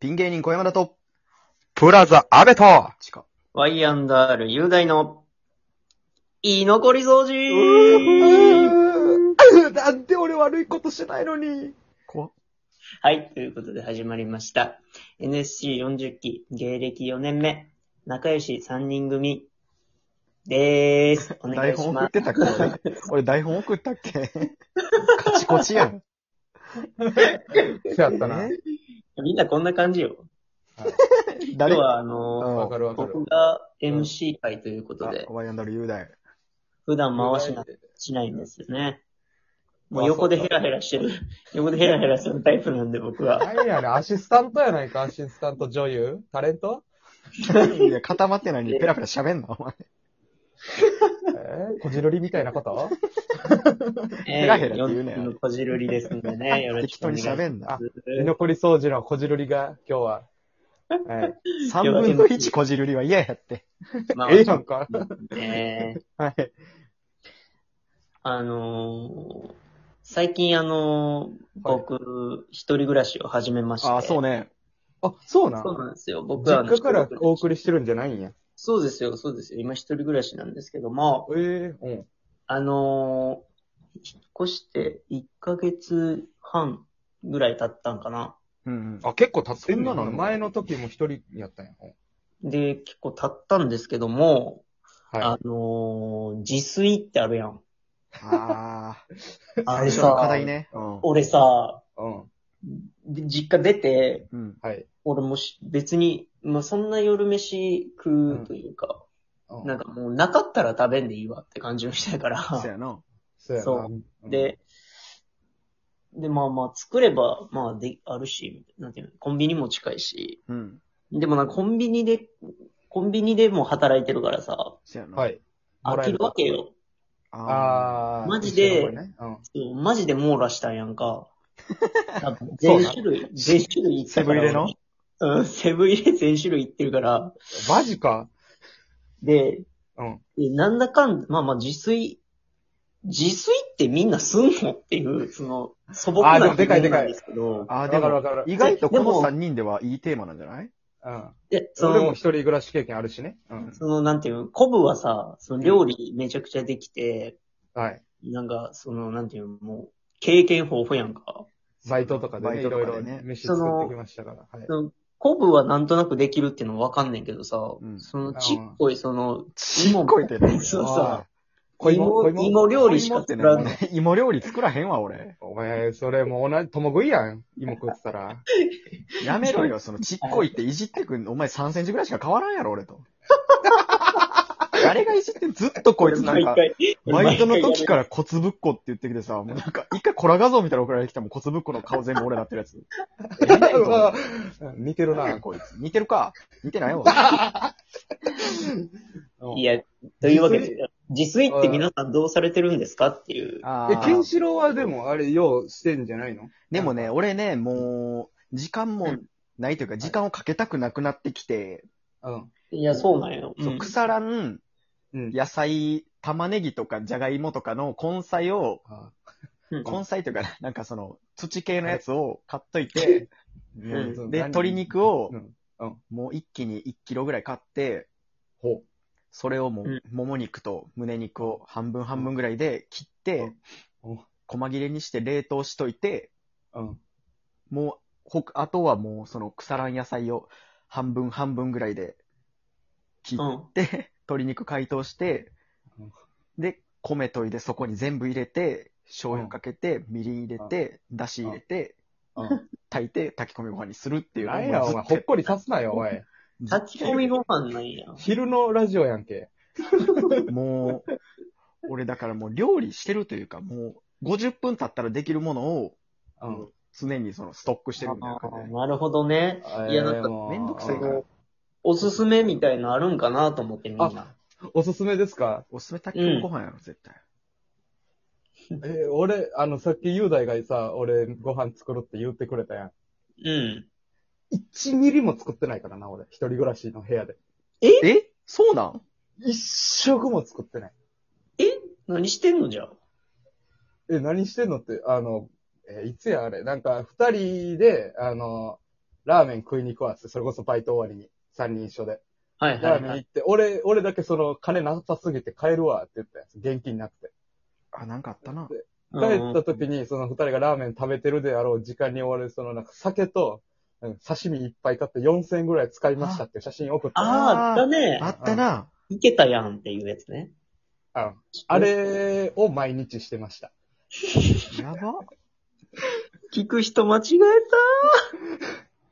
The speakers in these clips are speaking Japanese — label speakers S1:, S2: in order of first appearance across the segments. S1: ピン芸人小山田と、
S2: プラザ、安倍と、
S1: チカ。
S3: Y&R 雄大の、居残り掃 除
S1: なんで俺悪いことしてないのに。怖
S3: はい、ということで始まりました。NSC40 期、芸歴4年目、仲良し3人組、でーす。お願
S1: 台
S3: いし
S1: 本
S3: ま
S1: 送って
S3: す。
S1: たっけ俺 俺台本送ったっけカチコチやん。
S2: そうやったな。
S1: え
S3: みんなこんな感じよ。今
S1: 誰
S3: 日
S1: あ、
S3: はあの
S2: わかるわかる
S3: 僕。が MC 会ということで、
S1: ワイアンダル雄大。
S3: 普段回しなしないんですよね。もう横でヘラヘラしてる。横でヘラヘラするタイプなんで僕は。
S2: 何やねん、アシスタントやないか、アシスタント女優タレント
S1: いや、固まってないのにペラペラ喋んな、お前。
S2: えー、こじるりみたいなこと
S3: え
S1: ヘラヘラって言うなよ
S3: えー四人のこじるりですん でね、よろし
S1: 適
S3: く
S1: 当
S3: お願い
S1: に
S3: します。
S1: 喋んな。
S2: 居残り掃除のこじるりが、今日は。はい。
S1: 三分の一こじるりは嫌やって。
S3: まあ
S2: ええやんか。
S3: えー
S2: はい。
S3: あのー最近あのー
S2: はい
S3: 僕、一人暮らしを始めまして。
S1: ああ、そうね。
S2: あ、そうな
S3: そうんなんですよ。僕はあ
S2: 実
S3: の
S2: 家から
S3: 一人暮
S2: お
S3: らし
S2: 送りしてるんじゃないんや。
S3: そうですよ、そうですよ。今一人暮らしなんですけども、
S2: ええうん。
S3: あのー引っ越して1ヶ月半ぐらい経ったんかな。
S1: うんうん。
S2: あ、結構経ってん
S1: そんな
S2: の
S1: の
S2: 前の時も一人やったんや。うん
S3: で、結構経ったんですけども、
S2: は
S3: あ
S2: い。
S3: のー自炊ってあるやん。
S1: ああ、最
S3: あれ
S1: 初の
S3: さ
S1: 課題ね。
S2: うん。
S3: 俺さ、
S2: うん。
S3: で実家出て、
S1: うん。
S2: はい。
S3: 俺もし別に、まあ、そんな夜飯食うというか、
S2: う
S3: なん、かもうなかったら食べんでいいわって感じの人やから。
S1: そうやな。
S2: そうやな
S3: そう。
S2: うん、
S3: で、で、まあまあ作れば、まあで、あるし、なんていうの、コンビニも近いし、
S1: うん。
S3: でもなんかコンビニで、コンビニでも働いてるからさ、
S1: そうやな。
S2: はい。
S3: 飽きるわけよ。
S1: あ
S2: あー。
S3: マジで
S2: 後ろの方ねうん。
S3: そうマジで網羅したんやんか。多分 全種類、全種類いったから。
S1: セブン入
S3: うん、セブン入れ全種類いってるから。
S2: マジか。
S3: で、
S2: うん。
S3: で、なんだかんだ、まあまあ自炊、自炊ってみんなすんのっていう、その、素朴
S2: あーで
S3: な
S2: もでかい
S3: 疑問な
S2: でか
S3: ん
S2: い
S3: ですけど。
S1: あ。ああ、
S2: わ
S1: で
S2: かる
S1: も
S2: わ、かる。
S1: 意外とこ
S3: で
S1: の
S3: も
S1: 3人ではいいテーマなんじゃない
S2: うん。
S3: で、そ
S2: それも
S3: の
S2: 一、人暮らし経験あるしね。うん。
S3: その、なんていうの、コブはさ、その料理めちゃくちゃできて、
S2: はい。
S3: なんか、その、なんていうの、もう、経験豊富やんか。
S2: バイトとかで
S1: バ
S2: ね、
S1: イ
S2: い
S1: トと
S2: ろい
S1: か
S2: ろ
S1: でね
S2: 飯作ってきましたから。はい。
S3: そのコブはなんとなくできるっていうのはわかんねんけどさ、
S1: うん
S3: その、ちっこい、その、
S1: ちっこいってね。
S3: そうさ、
S2: 小芋
S3: 芋、
S2: 小芋
S3: 芋料理し
S1: 芋
S3: か
S1: って
S3: 作
S1: ね
S3: らんの。、
S1: 芋料理作らへんわ、俺。
S2: お前、それもう同じ、とも食いやん。芋食ってたら。
S1: やめろよ、そのちっこいっていじってくんの。お前3センチぐらいしか変わらんやろ、俺と。誰がいじってんずっとこいつなんか、
S3: 毎回
S1: バイトの時からコツぶっこって言ってきてさ、もうなんか、一回コラ画像みたいなの送られてきたもん、コツぶっこの顔全部俺なってるやつ。ええねん
S2: うわ
S1: と
S2: 似てる
S1: 何 や
S2: な。
S1: こいつ。似てるか似てないわ。
S3: いや、というわけで、自炊って皆さんどうされてるんですかっていう。
S1: あ
S2: え、
S1: ー
S2: ケンシロウはでも、あれ、ようしてんじゃないの
S1: でもね、俺ね、もう、時間もないというか、時間をかけたくなくなってきて、
S2: うん。
S3: いや、そうなんよ。
S1: そう
S3: うん
S1: 腐らん
S2: うん。
S1: 野菜、玉ねぎとかじゃがいもとかの根菜を、
S2: あ
S3: うん
S1: 根菜というか、 なんかその、土系のやつを買っといて、
S3: ん
S2: そう
S1: で、
S2: 何
S1: 鶏肉を
S2: うん、
S1: もう一気に1キロぐらい買って、
S2: ほ
S1: それをも
S3: う、
S1: うんもも肉と胸肉を半分半分ぐらいで切って
S2: うんうん、
S1: 細切れにして冷凍しといて、
S2: う。うん。
S1: もう、ほあとはもう、その腐らん野菜を半分半分ぐらいで切っ
S3: うん。
S1: て、鶏肉解凍して
S2: うん、
S1: で、米研いでそこに全部入れて、醤油かけて、みりん入れて、だし入れて、
S2: うん。
S1: 炊いて炊き込みご飯にするっていうのを
S2: 何や、お前、ほっこりさすなよ、おい。
S1: ずっと
S3: 炊き込みご飯なんや。
S2: 昼のラジオやんけ。
S1: もう、俺だからもう料理してるというか、もう50分経ったらできるものを
S2: うん。
S1: 常にそのストックしてるみたいな感じで。
S3: なるほどね。いやなんか
S2: もう
S1: めんどく
S3: そ
S1: さいから
S3: の、おすすめみたいのあるんかなと思ってみんな。
S2: おすすめですか
S1: おすすめ炊き込みご飯やろ、絶対。
S2: え、俺、あの、さっき雄大がさ、俺、ご飯作るって言ってくれたやん。
S3: うん。
S2: 1ミリも作ってないからな、俺。一人暮らしの部屋で。
S1: えそうなん
S2: 一食も作ってない。
S3: 何してんのじゃあ。
S2: え、何してんのって、あの、えーいつやあれ、なんか、二人で、あの、ラーメン食いに行くわっつって、それこそバイト終わりに、3人一緒で。
S3: はいは
S2: ラー
S3: い、
S2: メン
S3: は
S2: 行
S3: い。
S2: って、俺、俺だけその、金なさすぎて帰るわって言ったやつ、現金なくて。
S1: あ、なんかあったな。
S2: 帰った
S3: うんうん
S2: 時に、その二人がラーメン食べてるであろう時間に終わる、そのなんか酒と、うん刺身いっぱい買って4000円ぐらい使いましたっていう写真送った。
S3: ああ、あった
S1: あ
S3: ね。
S1: ったな。
S3: いけたやんっていうやつね。
S2: ああれを毎日してました。
S1: やば。
S3: 聞く人間違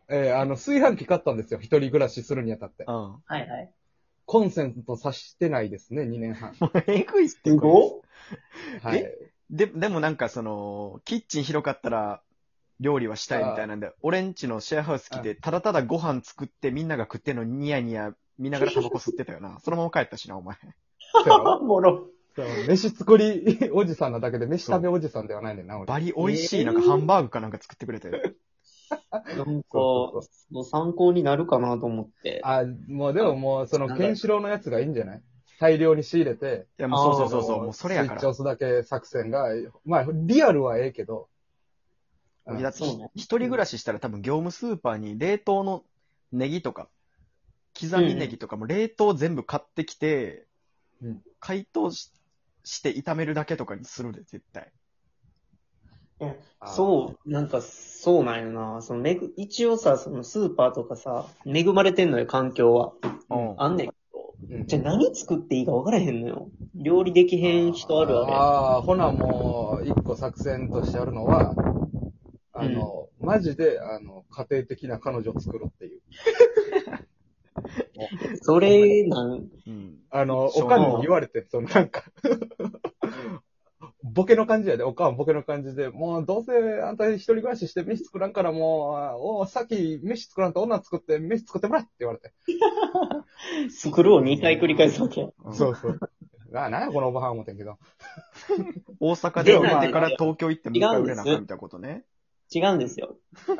S3: え
S2: えーあの、炊飯器買ったんですよ。一人暮らしするにあたって。
S1: うん。も
S3: たはいはい。
S2: コンセントさしてないですね、2年半。
S1: うえぐいって。
S2: はい。
S1: で、でもなんかその、キッチン広かったら、料理はしたいみたいなんで、俺んちのシェアハウス来て、ただただご飯作ってみんなが食ってんのニヤニヤ見 ながらタバコ吸ってたよな。そのまま帰ったしな、お前。
S2: そう やろ
S3: もろ。
S2: そう飯作りおじさんなだけで、飯食べおじさんではないねんな、俺。
S1: バリ美味しい、
S3: えー
S1: なんかハンバーグかなんか作ってくれて。
S3: なんか、
S2: そうそうそ
S3: もう参考になるかなと思って。
S2: あ、もうでももう、その、ケンシロウのやつがいいんじゃない大量に仕入れて、
S1: いや、もう
S3: あ
S1: そ
S3: ー
S1: うそうそうそう、もうそれやか
S2: スイッチ
S1: ら。
S2: 押すだけ作戦が、まあ、リアルはええけど、う
S1: い
S2: ん
S1: やだって
S3: そうね
S1: 一人暮らししたら多分業務スーパーに冷凍のネギとか、刻みネギとかも冷凍全部買ってきて、
S2: うん
S1: 解凍しして炒めるだけとかにするで、絶対。
S3: そう、なんか、そうなんよな。その、めぐ、一応さ、そのスーパーとかさ、恵まれてんのよ、環境は。
S1: うん
S3: あんねんけ
S2: う。うん
S3: ど。じゃあ何作っていいか分からへんのよ。料理できへん人あるあ
S2: ああ、ほなもう、一個作戦としてあるのは、あの、マジで、あの、家庭的な彼女を作ろうっていう。
S3: れ。 それ、なん、
S1: うん。
S2: あの、
S1: そう
S2: おかんに言われて、そのなんか、ボケの感じやで、おかんボケの感じで、もうどうせあんた一人暮らしして飯作らんからもう、おさっき飯作らんと女作って飯作ってもらえって言われて。
S3: 作るを2回繰り返すわけよ。
S1: うん
S2: そうそう。あ、なんやこのおばはん思ってんけど。
S1: 大阪で
S2: でも
S1: 売
S2: まあ
S1: れてから東京行ってもう一
S3: 違
S1: 回
S3: うん
S1: 売
S3: で
S1: れ
S3: す
S1: なあかんみたいなことね。
S3: 違うんですよ。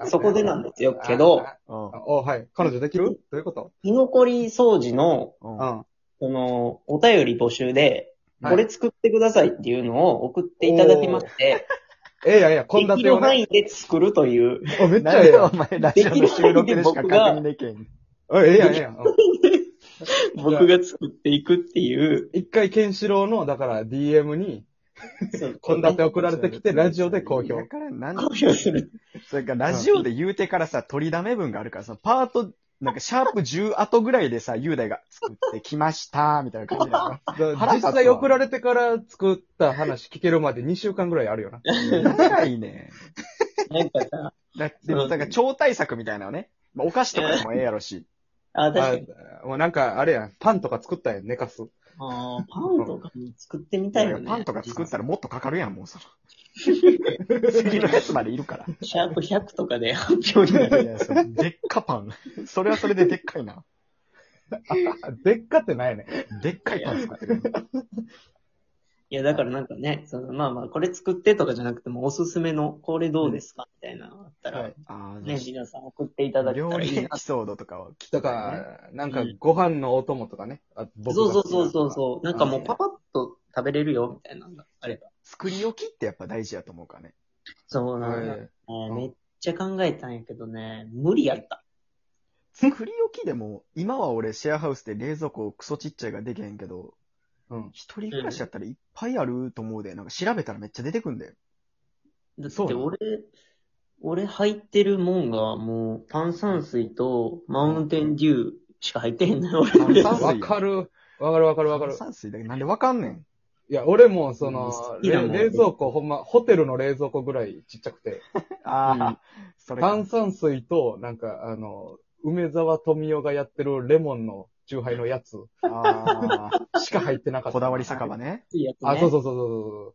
S3: そこでなんですよ。けど、
S2: あ。
S1: うん。
S2: あお、はい。彼女できるどういうこと
S3: 居残り掃除の、
S1: うん。
S2: うん。
S3: その、お便り募集で、
S2: はい
S3: これ作ってくださいっていうのを送っていただきまして、
S2: ええやんええやん、こん
S3: で
S2: だ
S3: き
S2: て
S3: る
S2: を
S3: 範
S2: ね。
S3: 囲で作るという。
S2: おめっち
S1: な
S2: ゃ
S1: ん
S2: ええ
S1: で
S2: や
S1: お
S2: ん。
S1: 前、ラジオの収録でしか確認できへん。
S2: おいええやん、ええやん。うん
S3: 僕が作っていくっていう。
S2: 一回、ケンシロウの、だから DM に、こんだて 送られてきて、ラジオで公表。
S1: だから、なん
S3: 公表する。
S1: それから、ラジオで言うてからさ、取りだめ分があるからさ、パート、なんか、シャープ10後ぐらいでさ、雄大が作ってきました、みたいな感じだよ
S2: だから
S1: 腹
S2: 実
S1: 立つわ
S2: 際送られてから作った話聞けるまで2週間ぐらいあるよ な。
S1: な。長いね。
S3: なんかさ、
S1: だって、なんから超大作みたいなのね。まあ、お菓子とかでもええやろし。
S3: あ、確かに。
S2: あもうなんか、あれやん、パンとか作ったやん、寝かす。
S3: あーパンとかも作ってみたいよね。
S1: パンとか作ったらもっとかかるやん、も うその。次のやつまでいるから。
S3: シャープ100とかで発表になる。
S1: いやそれでっかパン。それはそれででっかいな。
S2: あでっかってないね。
S1: でっかいパン作ってる。
S3: いや、だからなんかね、そのまあまあ、これ作ってとかじゃなくても、おすすめの、これどうですかみたいなのあったら、
S1: あ
S3: ね、皆さん送っていただけた
S1: 料
S3: らい
S1: 理
S3: い
S1: エピソードとかを聞きた
S2: と
S1: いね。
S2: か、なんか、ご飯のお供とかね。あ僕
S3: そう
S2: が
S3: そ
S2: 好
S3: う
S2: きな
S3: そうそうそう。なんかもう
S1: あ
S3: パパッと食べれるよ、みたいなのがあれば。
S1: 作り置きってやっぱ大事やと思うからね。
S3: そうなんだ、
S2: はい
S3: ねめっちゃ考えたんやけどね、無理やった。
S1: 作り置きでも、今は俺シェアハウスで冷蔵庫クソちっちゃいができへんけど、
S2: うん。
S1: 一人暮らしやったらいっぱいあると思うで、なんか調べたらめっちゃ出てくんだよ。
S3: だって
S2: そうなの
S3: 俺、俺入ってるもんがもう炭酸水とマウンテンデューしか入ってへんのよ、
S1: 炭
S3: 俺。
S1: 酸
S2: わ
S1: 水。
S2: かる。わかるわかるわかる。
S1: 炭酸水だけどなんでわかんねん。
S2: いや、俺も、その
S3: 好、き
S2: れ
S3: だもん
S2: 冷蔵庫、ほんま、ホテルの冷蔵庫ぐらいちっちゃくて、
S1: ああ、それか
S2: 炭酸水と、なんか、あの、梅沢富美男がやってるレモンのチューハイのやつ
S1: あ
S2: しか入ってなか
S1: ー
S2: った。
S1: こだわり酒場 ね。
S3: いいやつね
S2: あ、そうそうそうそう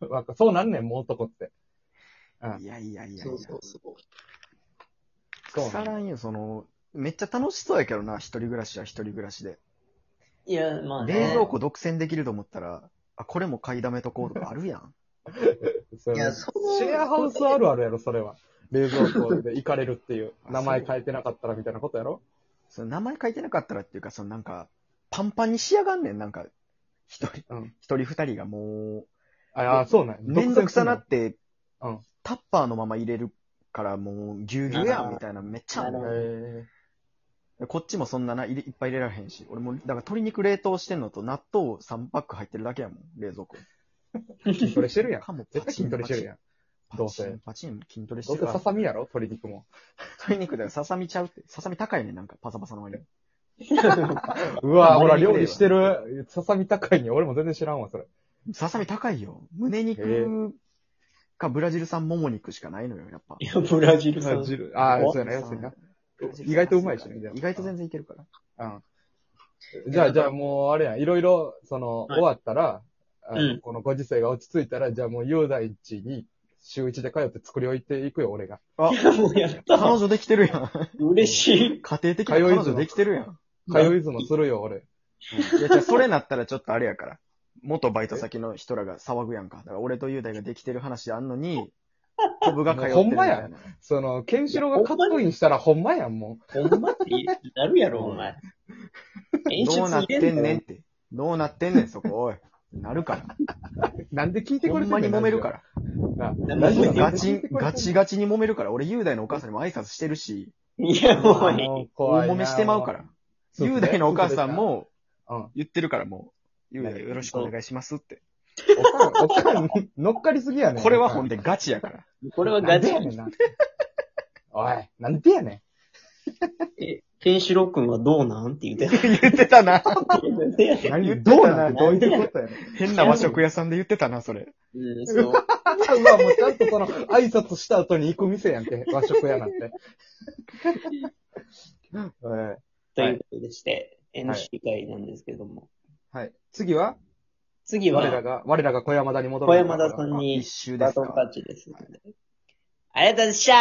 S2: そう。わかそうなんねん、もう男って。うん
S1: いやいやいやいや。
S3: そうそうそう。
S2: そうな
S1: 腐
S2: ん
S1: らんよ、その、めっちゃ楽しそうやけどな、一人暮らしは一人暮らしで。
S3: いや、まあね。
S1: 冷蔵庫独占できると思ったら、あ、これも買いだめとこうとかあるやん。
S2: そう
S3: いやその
S2: シェアハウスあるあるやろ、それは。冷蔵庫で行かれるっていう。
S1: あ
S2: 名前変えてなかったらみたいなことやろ
S1: その名前書いてなかったらっていうか、そのなんか、パンパンにしやがんねん、なんか、一人、
S2: うん。
S1: 一人二人がも
S2: あ、あそうなん
S1: う、めんどくさなって
S2: うん、
S1: タッパーのまま入れるからもうぎゅうぎゅうやんみたいなめっちゃあんの
S3: なる
S2: え
S1: こっちもそんなないれいっぱい入れられへんし。俺も、だから鶏肉冷凍してんのと納豆3パック入ってるだけやもん、冷蔵庫。
S2: ー、筋トレしてるやん。
S1: かも
S2: 絶対筋トレして るやん。どうせ
S1: パチンパチン筋トレし
S2: ど
S1: て
S2: う
S1: る
S2: せ
S1: わ
S2: ささみやろ鶏肉も。
S1: 鶏肉だよ、ささみちゃうって。ささみ高いね、なんかパサパサの割に。
S2: うわ
S1: あ
S2: ぁ、俺は
S1: 胸肉
S2: 料理してる。ささみ高いに俺も全然知らんわ、それ。
S1: ささみ高いよ。胸
S2: へ
S1: 肉かブラジル産もも肉しかないのよ、やっぱ。
S3: いや、ブラジルさん。
S2: 汁ああ、
S3: お
S2: そうやな、
S1: さ
S2: 安いな。
S1: ブラジル産
S2: 意外とうまいしね
S1: 意外と全然いけるから。
S2: うん。じゃあ、じゃあもう、あれやん、いろいろ、その、
S3: はい
S2: 終わったら、あの
S3: うん
S2: このご時世が落ち着いたら、じゃあもう雄大地に、週一で通って作り置いていくよ、俺が。
S1: あ、
S3: もうやっ
S1: 彼
S3: た。
S1: 女できてるやん。
S3: 嬉しい。
S1: 家庭的な彼女できてるやん。
S2: 通いずのするよ、俺。
S1: いや、じゃあそれなったらちょっとあれやから。元バイト先の人らが騒ぐやんか。だから俺と雄大ができてる話あんのに、コブが通ってるみたい
S2: ほ
S1: な。
S2: その、ケンシロウがカットインしたらほんまやん、も
S3: ほんまってなるやろ、お前。演出
S1: どうなっ
S3: 入れ
S1: てんねんっ
S3: の
S1: て。どうなってんねん、そこ、おい。なるから。
S2: う。なんで聞いてく
S1: ほ
S2: れ
S1: ん
S2: て
S1: ま
S2: ん。
S1: に揉めるからら。ガ
S2: な
S3: ラジオ
S1: チ
S3: なんで
S1: ガチ、ガチガチに揉めるから。俺、雄大のお母さんにも挨拶してるし、
S3: いや、もういい。
S1: 大揉めしてまうから。。雄大のお母さん、も
S2: うん、
S1: 言ってるから、もう。雄大よろしくお願いしますって。
S2: おかん、おかん、乗っかりすぎやねん。
S1: これはほん
S2: で。
S1: でガチやから。
S3: これは
S2: な
S3: ガ
S2: んで
S3: チ
S2: や。ねんな。おい、なんでやねん。
S3: え、ケンシロウ君はどうなんって言ってた。
S1: 言ってたな。
S2: 何どうなんてどういうことやねん。
S1: 変な和食屋さんで言ってたな、それ。
S3: うん、そう。
S2: うわ、もうちゃんとその、挨拶した後に行く店やん け、和食屋なんて。 はい
S3: ということでして、
S2: はい
S3: MC 会なんですけども。
S2: はい。次は
S3: 次
S2: 我ら
S3: は、
S2: が、我らが小山田に戻る。
S3: 小山田さん
S1: あ
S3: に
S1: 一周で
S3: バ
S1: す
S3: トンタ
S1: か。
S3: ッチですので。ありがとうございました